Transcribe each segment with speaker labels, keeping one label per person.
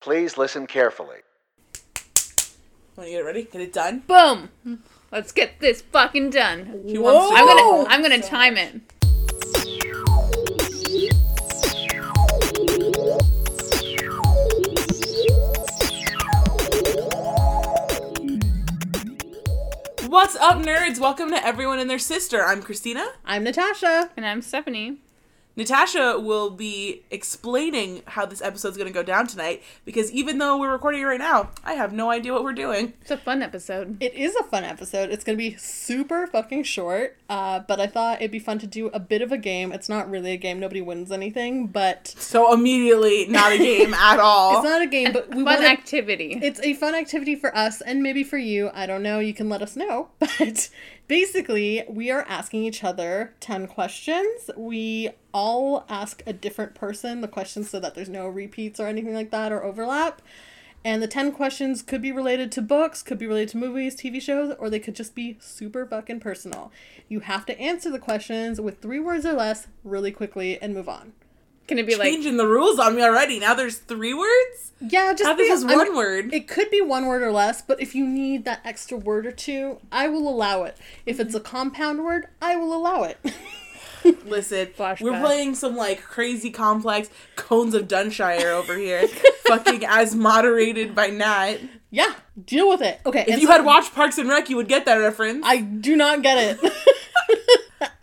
Speaker 1: Please listen carefully.
Speaker 2: Want to get it ready? Get it done?
Speaker 3: Boom. Let's get this fucking done.
Speaker 2: She wants to
Speaker 3: I'm
Speaker 2: go.
Speaker 3: gonna I'm gonna time it.
Speaker 2: What's up, nerds? Welcome to Everyone and Their Sister. I'm Christina.
Speaker 4: I'm Natasha.
Speaker 3: And I'm Stephanie.
Speaker 2: Natasha will be explaining how this episode's going to go down tonight because even though we're recording it right now, I have no idea what we're doing.
Speaker 3: It's a fun episode.
Speaker 4: It is a fun episode. It's going to be super fucking short, uh, but I thought it'd be fun to do a bit of a game. It's not really a game, nobody wins anything, but
Speaker 2: So immediately, not a game at all.
Speaker 4: it's not a game, but we
Speaker 3: Fun
Speaker 4: want to.
Speaker 3: activity.
Speaker 4: It's a fun activity for us and maybe for you. I don't know, you can let us know. But basically, we are asking each other 10 questions. We all ask a different person the questions so that there's no repeats or anything like that or overlap. And the 10 questions could be related to books, could be related to movies, TV shows, or they could just be super fucking personal. You have to answer the questions with three words or less really quickly and move on.
Speaker 3: Can it be like
Speaker 2: Changing the rules on me already. Now there's three words?
Speaker 4: Yeah, just
Speaker 2: How this
Speaker 4: the-
Speaker 2: is
Speaker 4: I mean,
Speaker 2: one word.
Speaker 4: It could be one word or less, but if you need that extra word or two, I will allow it. If it's a compound word, I will allow it.
Speaker 2: Listen, we're
Speaker 3: Flashback.
Speaker 2: playing some like crazy complex cones of Dunshire over here, fucking as moderated by Nat.
Speaker 4: yeah, deal with it. Okay,
Speaker 2: If you had watched Parks and Rec, you would get that reference.
Speaker 4: I do not get it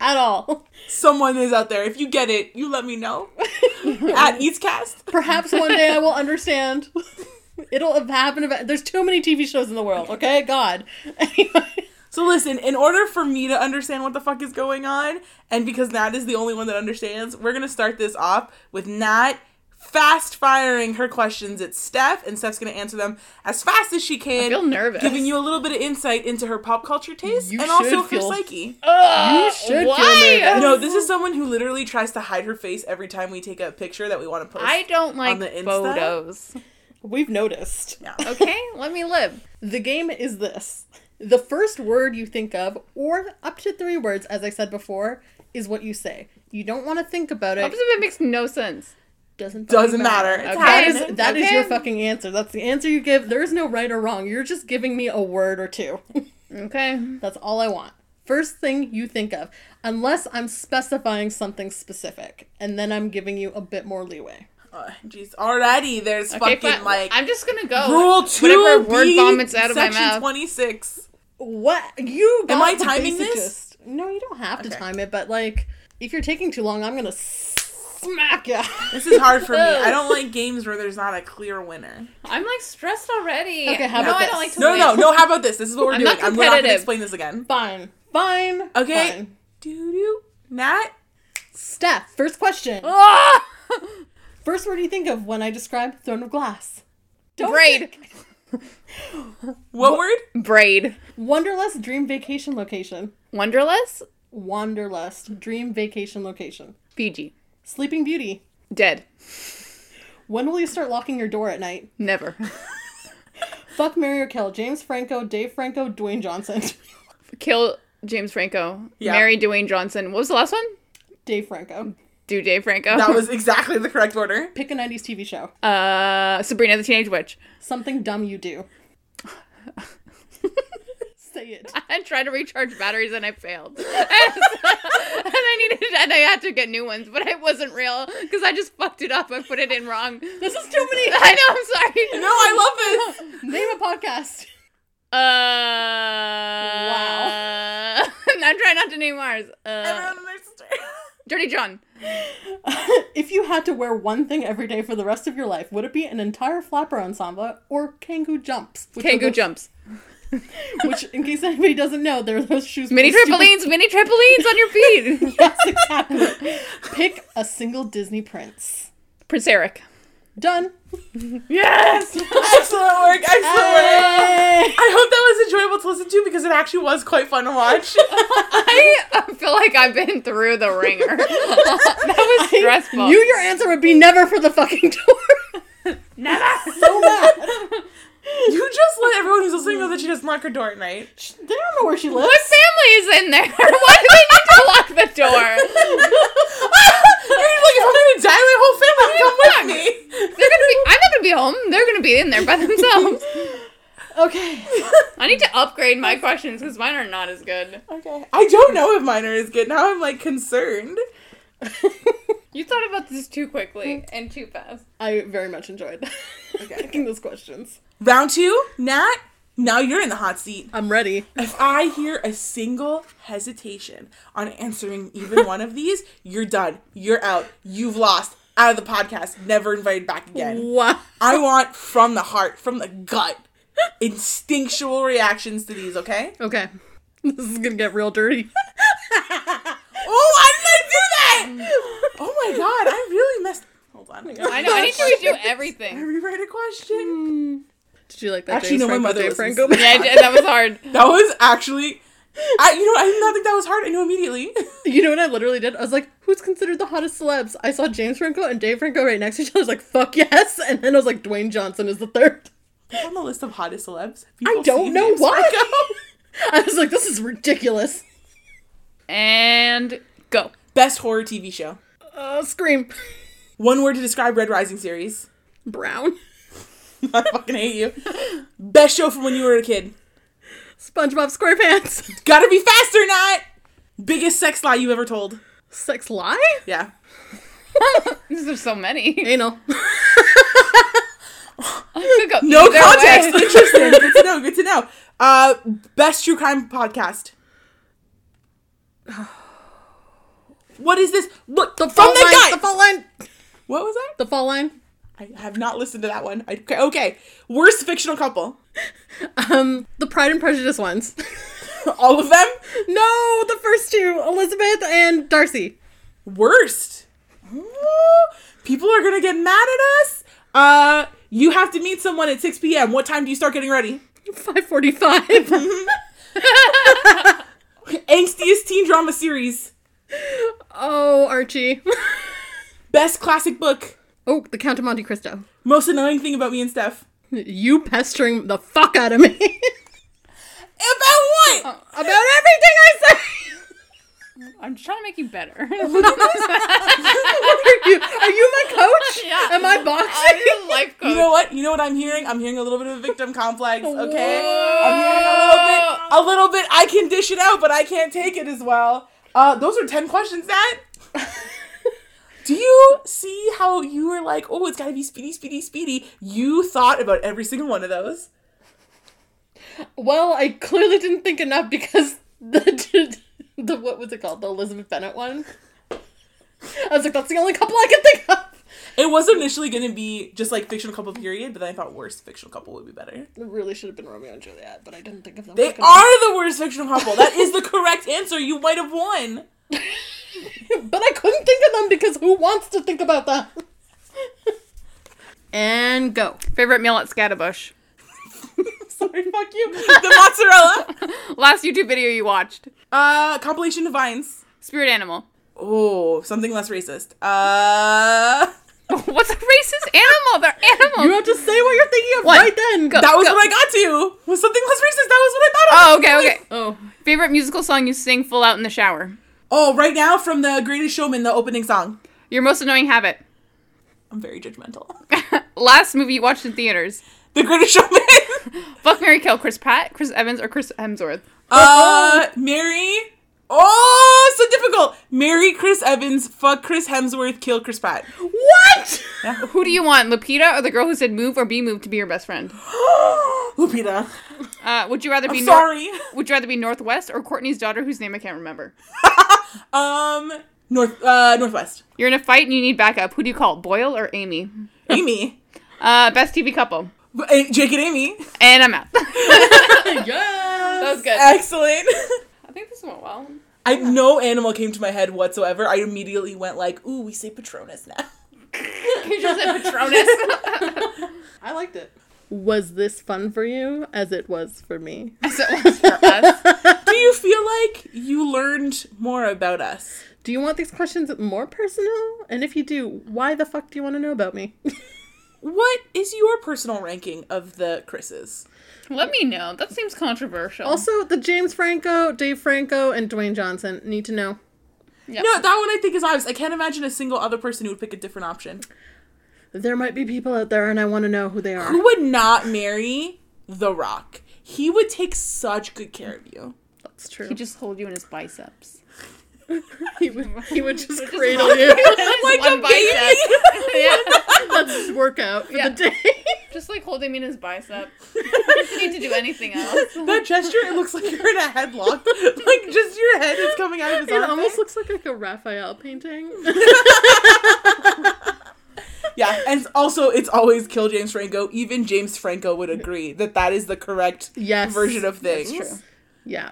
Speaker 4: at all.
Speaker 2: Someone is out there. If you get it, you let me know at Eastcast.
Speaker 4: Perhaps one day I will understand. It'll have happened. About- There's too many TV shows in the world. Okay, God. Anyway.
Speaker 2: So listen, in order for me to understand what the fuck is going on, and because Nat is the only one that understands, we're gonna start this off with Nat fast firing her questions at Steph, and Steph's gonna answer them as fast as she can.
Speaker 3: I feel nervous.
Speaker 2: Giving you a little bit of insight into her pop culture taste
Speaker 4: You
Speaker 2: and also
Speaker 4: should
Speaker 2: her
Speaker 4: feel-
Speaker 2: psyche.
Speaker 4: you should feel
Speaker 3: why?
Speaker 4: nervous.
Speaker 2: No, this is someone who literally tries to hide her face every time we take a picture that we want to post.
Speaker 3: I don't like
Speaker 2: the Insta?
Speaker 3: photos.
Speaker 4: We've noticed.
Speaker 2: Yeah.
Speaker 3: Okay, let me live.
Speaker 4: The game is this. The first word you think of, or up to three words, as I said before, is what you say. You don't want to think about it.
Speaker 3: Opposite it makes no sense.
Speaker 4: Doesn't fucking
Speaker 2: Doesn't matter. It's
Speaker 3: Okay.
Speaker 4: That
Speaker 2: happening.
Speaker 4: is that is your
Speaker 3: Okay.
Speaker 4: fucking answer. That's the answer you give. There is no right or wrong. You're just giving me a word or two.
Speaker 3: Okay.
Speaker 4: That's all I want. First thing you think of, unless I'm specifying something specific, and then I'm giving you a bit more leeway.
Speaker 2: Uh, Jeez, already there's
Speaker 3: Okay,
Speaker 2: fucking
Speaker 3: fine.
Speaker 2: like
Speaker 3: I'm just gonna go.
Speaker 2: rule two.
Speaker 3: Whatever word
Speaker 2: B,
Speaker 3: vomits out of my
Speaker 2: section
Speaker 3: mouth.
Speaker 2: Twenty six.
Speaker 4: What you? Got
Speaker 2: Am I
Speaker 4: the
Speaker 2: timing
Speaker 4: basic
Speaker 2: this?
Speaker 4: gist. No, you don't have to
Speaker 2: Okay.
Speaker 4: time it. But like, if you're taking too long, I'm gonna smack you.
Speaker 2: This is hard for me. I don't like games where there's not a clear winner.
Speaker 3: I'm like stressed already.
Speaker 4: Okay, how
Speaker 3: no,
Speaker 4: about
Speaker 3: I
Speaker 4: this?
Speaker 3: don't like to
Speaker 2: No,
Speaker 3: win.
Speaker 2: no, no. How about this? This is what we're
Speaker 3: I'm
Speaker 2: doing.
Speaker 3: not
Speaker 2: I'm we're not going to
Speaker 3: competitive.
Speaker 2: explain this again.
Speaker 4: Fine, fine.
Speaker 2: Okay.
Speaker 4: fine.
Speaker 2: Doo doo. Nat.
Speaker 4: Steph, first question.
Speaker 2: Oh.
Speaker 3: Ah!
Speaker 4: First word you think of when I describe Throne of Glass? Don't
Speaker 3: Braid.
Speaker 2: What, word?
Speaker 3: Braid.
Speaker 4: Wanderlust Dream Vacation Location.
Speaker 3: Wonderless?
Speaker 4: Wanderlust Dream Vacation Location.
Speaker 3: Fiji.
Speaker 4: Sleeping Beauty.
Speaker 3: Dead.
Speaker 4: When will you start locking your door at night?
Speaker 3: Never.
Speaker 4: Fuck Mary or Kill. James Franco, Dave Franco, Dwayne Johnson.
Speaker 3: Kill James Franco.
Speaker 2: Yeah.
Speaker 3: Marry Dwayne Johnson. What was the last one?
Speaker 4: Dave Franco.
Speaker 3: Do Dave Franco.
Speaker 2: That was exactly the correct order.
Speaker 4: Pick a 90s TV show.
Speaker 3: uh, Sabrina the Teenage Witch.
Speaker 4: Something dumb you do. Say it.
Speaker 3: I tried to recharge batteries and I failed. and I needed and I had to get new ones, but it wasn't real because I just fucked it up. I put it in wrong.
Speaker 4: This is too many.
Speaker 3: I know. I'm sorry.
Speaker 2: No, I love this.
Speaker 4: Name a podcast.
Speaker 3: Uh, wow. Uh, I'm trying not to name ours. Uh,
Speaker 2: Everyone and their sister.
Speaker 3: Dirty John.
Speaker 4: if you had to wear one thing every day for the rest of your life, would it be an entire flapper ensemble or Kangoo jumps? Which are
Speaker 3: Kangoo
Speaker 4: those-
Speaker 3: jumps.
Speaker 4: Which, in case anybody doesn't know, they're those shoes.
Speaker 3: Mini
Speaker 4: with stupid-
Speaker 3: trampolines. Mini trampolines on your feet.
Speaker 4: Yes, exactly. Pick a single Disney prince.
Speaker 3: Prince Eric.
Speaker 4: Done.
Speaker 2: Yes. Excellent work. Excellent work.
Speaker 4: Yay!
Speaker 2: I hope that was enjoyable to listen to because it actually was quite fun to watch.
Speaker 3: I uh, feel like I've been through the ringer. that was stressful.
Speaker 4: Knew your answer would be never for the fucking door. so bad.
Speaker 2: you just let everyone who's listening know that she doesn't lock her door at night.
Speaker 4: They don't know where she lives.
Speaker 3: what family is in there? Why do they need to lock the door?
Speaker 2: I mean, like, if I'm gonna die, my whole family come with me.
Speaker 3: They're gonna be. I'm not gonna be home home. They're gonna be in there by themselves.
Speaker 4: Okay.
Speaker 3: I need to upgrade my questions because mine are not as good.
Speaker 2: Okay. I don't know if mine are as good. Now I'm like concerned.
Speaker 3: You thought about this too quickly and too fast.
Speaker 4: I very much enjoyed picking those questions.
Speaker 2: Round two, Nat, now you're in the hot seat.
Speaker 4: I'm ready.
Speaker 2: If I hear a single hesitation on answering even one of these, you're done. You're out. You've lost. Out of the podcast. Never invited back again.
Speaker 4: Wow.
Speaker 2: I want from the heart, from the gut, instinctual reactions to these, okay?
Speaker 4: Okay. This is gonna get real dirty.
Speaker 2: Oh, why did I do that? Oh my god, I really messed. Hold on.
Speaker 3: I know. I need to redo everything.
Speaker 2: Rewrite a question.
Speaker 4: Did you like that?
Speaker 2: Actually, no,
Speaker 4: James
Speaker 2: my
Speaker 4: Franco,
Speaker 2: mother
Speaker 4: Dave
Speaker 2: was
Speaker 4: Franco?
Speaker 2: insane.
Speaker 3: Yeah, I did- that was hard.
Speaker 2: That was actually. I, you know, I did not think that was hard. I knew immediately.
Speaker 4: You know what I literally did? I was like, who's considered the hottest celebs? I saw James Franco and Dave Franco right next to each other. I was like, fuck yes. And then I was like, Dwayne Johnson is the third.
Speaker 2: It's on the list of hottest celebs.
Speaker 4: I
Speaker 2: People see
Speaker 4: don't know
Speaker 2: James
Speaker 4: why.
Speaker 2: Franco.
Speaker 4: I was like, this is ridiculous.
Speaker 3: And go.
Speaker 2: Best horror TV show.
Speaker 4: Uh, scream.
Speaker 2: One word to describe Red Rising series.
Speaker 4: Brown.
Speaker 2: I fucking hate you. Best show from when you were a kid.
Speaker 4: SpongeBob SquarePants.
Speaker 2: Gotta be faster, not. Biggest sex lie you ever told.
Speaker 4: Sex lie?
Speaker 2: Yeah.
Speaker 3: There's so many.
Speaker 4: Anal.
Speaker 3: Could go
Speaker 2: No
Speaker 3: either
Speaker 2: context.
Speaker 3: way.
Speaker 2: Interesting. Good to know. Good to know. Uh, best true crime podcast. What is this? Look
Speaker 4: The
Speaker 2: from
Speaker 4: fault
Speaker 2: the
Speaker 4: line.
Speaker 2: gut.
Speaker 4: The fault line.
Speaker 2: What was that?
Speaker 4: The fault line.
Speaker 2: I have not listened to that one. I, okay, okay. Worst fictional couple.
Speaker 4: Um, the Pride and Prejudice ones.
Speaker 2: All of them.
Speaker 4: no, the first two, Elizabeth and Darcy.
Speaker 2: Worst. Ooh, people are gonna get mad at us. Uh, you have to meet someone at 6 p.m. What time do you start getting ready?
Speaker 4: 545.
Speaker 2: Angstiest teen drama series.
Speaker 4: oh, Archie.
Speaker 2: Best classic book.
Speaker 4: oh, The Count of Monte Cristo.
Speaker 2: Most annoying thing about me and Steph.
Speaker 4: You pestering the fuck out of me.
Speaker 2: About what?
Speaker 4: about everything I say.
Speaker 3: I'm just trying to make you better.
Speaker 4: are, you, are you my coach?
Speaker 3: Yeah.
Speaker 4: Am I boxing?
Speaker 3: I'm a life coach.
Speaker 2: You know what? You know what I'm hearing? I'm hearing a little bit of a victim complex, okay?
Speaker 3: Whoa.
Speaker 2: I'm hearing a little bit a little bit I can dish it out, but I can't take it as well. Uh those are 10 questions that Do you see how you were like, "Oh, it's got to be speedy, speedy, speedy." You thought about every single one of those.
Speaker 4: Well, I clearly didn't think enough because the the what was it called? The Elizabeth Bennett one. I was like, that's the only couple I can think of.
Speaker 2: It was initially going to be just like fictional couple period, but then I thought worst fictional couple would be better.
Speaker 4: It really should have been Romeo and Juliet, but I didn't think of them.
Speaker 2: They
Speaker 4: quick enough.
Speaker 2: are the worst fictional couple. That is the correct answer. You might have won.
Speaker 4: but I couldn't think of them because who wants to think about them? and go.
Speaker 3: Favorite meal at Scatabush.
Speaker 2: Sorry, fuck you. The mozzarella.
Speaker 3: Last YouTube video you watched.
Speaker 2: Uh, compilation of vines.
Speaker 3: Spirit animal.
Speaker 2: Oh, something less racist. Uh,
Speaker 3: What's a racist animal? They're animals.
Speaker 4: You have to say what you're thinking of
Speaker 3: One,
Speaker 4: right then.
Speaker 3: go.
Speaker 2: that was what I got to. Was something less racist? That was what I thought
Speaker 3: Oh,
Speaker 2: of.
Speaker 3: okay, okay.
Speaker 4: Oh,
Speaker 3: Favorite musical song you sing full out in the shower.
Speaker 2: Oh, right now from the Greatest Showman, the opening song.
Speaker 3: Your most annoying habit.
Speaker 2: I'm very judgmental.
Speaker 3: Last movie you watched in theaters.
Speaker 2: the Greatest Showman.
Speaker 3: Fuck Mary Kill, Chris Pratt, Chris Evans, or Chris Hemsworth.
Speaker 2: uh, Mary. Oh, so difficult. Marry Chris Evans. Fuck Chris Hemsworth. Kill Chris Pratt.
Speaker 4: what?
Speaker 3: Who do you want, Lupita or the girl who said move or be moved to be your best friend?
Speaker 2: Lupita.
Speaker 3: Uh, would you rather be
Speaker 2: I'm
Speaker 3: Nor-
Speaker 2: sorry.
Speaker 3: Would you rather be Northwest or Courtney's daughter, whose name I can't remember?
Speaker 2: Um, North. Uh, Northwest.
Speaker 3: You're in a fight and you need backup. Who do you call, Boyle or Amy?
Speaker 2: Amy.
Speaker 3: Uh, best TV couple.
Speaker 2: Uh, Jake and Amy.
Speaker 3: And I'm out.
Speaker 4: yes.
Speaker 3: that was good.
Speaker 2: Excellent.
Speaker 3: I think this went well.
Speaker 2: I no animal came to my head whatsoever. I immediately went like, "Ooh, we say Patronus now."
Speaker 3: You just said Patronus.
Speaker 2: I liked it.
Speaker 4: Was this fun for you as it was for me?
Speaker 3: As it was for us.
Speaker 2: Do you feel like you learned more about us?
Speaker 4: Do you want these questions more personal? And if you do, why the fuck do you want to know about me?
Speaker 2: What is your personal ranking of the Chris's?
Speaker 3: Let me know. That seems controversial.
Speaker 4: also, the James Franco, Dave Franco, and Dwayne Johnson need to know.
Speaker 2: No, that one I think is obvious. I can't imagine a single other person who would pick a different option.
Speaker 4: there might be people out there and I want to know who they are.
Speaker 2: Who would not marry The Rock? He would take such good care of you.
Speaker 4: That's true.
Speaker 3: He'd just hold you in his biceps.
Speaker 4: He would, he would just cradle you.
Speaker 2: Like
Speaker 3: One
Speaker 2: a
Speaker 3: bicep.
Speaker 2: baby.
Speaker 3: yeah.
Speaker 4: That's his workout for
Speaker 3: Yeah.
Speaker 4: the day.
Speaker 3: Just like holding me in his bicep. Doesn't need to do anything else.
Speaker 2: That gesture, it looks like you're in a headlock. Like just your head is coming out of his
Speaker 4: It
Speaker 2: arm.
Speaker 4: almost looks like, like a Raphael painting.
Speaker 2: Yeah, and also it's always kill James Franco. Even James Franco would agree that that is the correct
Speaker 4: yes.
Speaker 2: version of things.
Speaker 3: That's true.
Speaker 4: Yeah.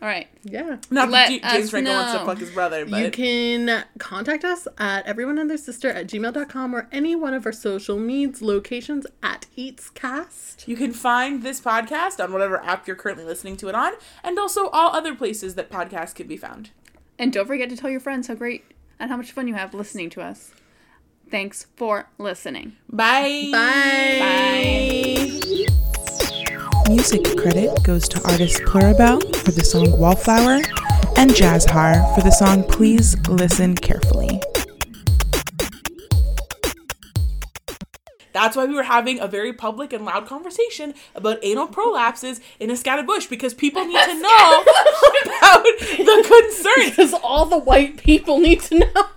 Speaker 3: All right.
Speaker 4: Yeah.
Speaker 2: Not
Speaker 3: Let
Speaker 2: that J-
Speaker 3: us
Speaker 2: James Franco wants to
Speaker 3: know.
Speaker 2: fuck his brother, but
Speaker 4: You can contact us at everyone and their sister at gmail.com or any one of our social needs locations at EatsCast.
Speaker 2: You can find this podcast on whatever app you're currently listening to it on, and also all other places that podcasts can be found.
Speaker 3: And don't forget to tell your friends how great and how much fun you have listening to us. Thanks for listening.
Speaker 2: Bye.
Speaker 3: Bye.
Speaker 1: Music credit goes to artist Pluribel for the song Wallflower and Jazzhar for the song Please Listen Carefully.
Speaker 2: That's why we were having a very public and loud conversation about anal prolapses in Escata Bush because people need to know about the concerns.
Speaker 4: Because all the white people need to know.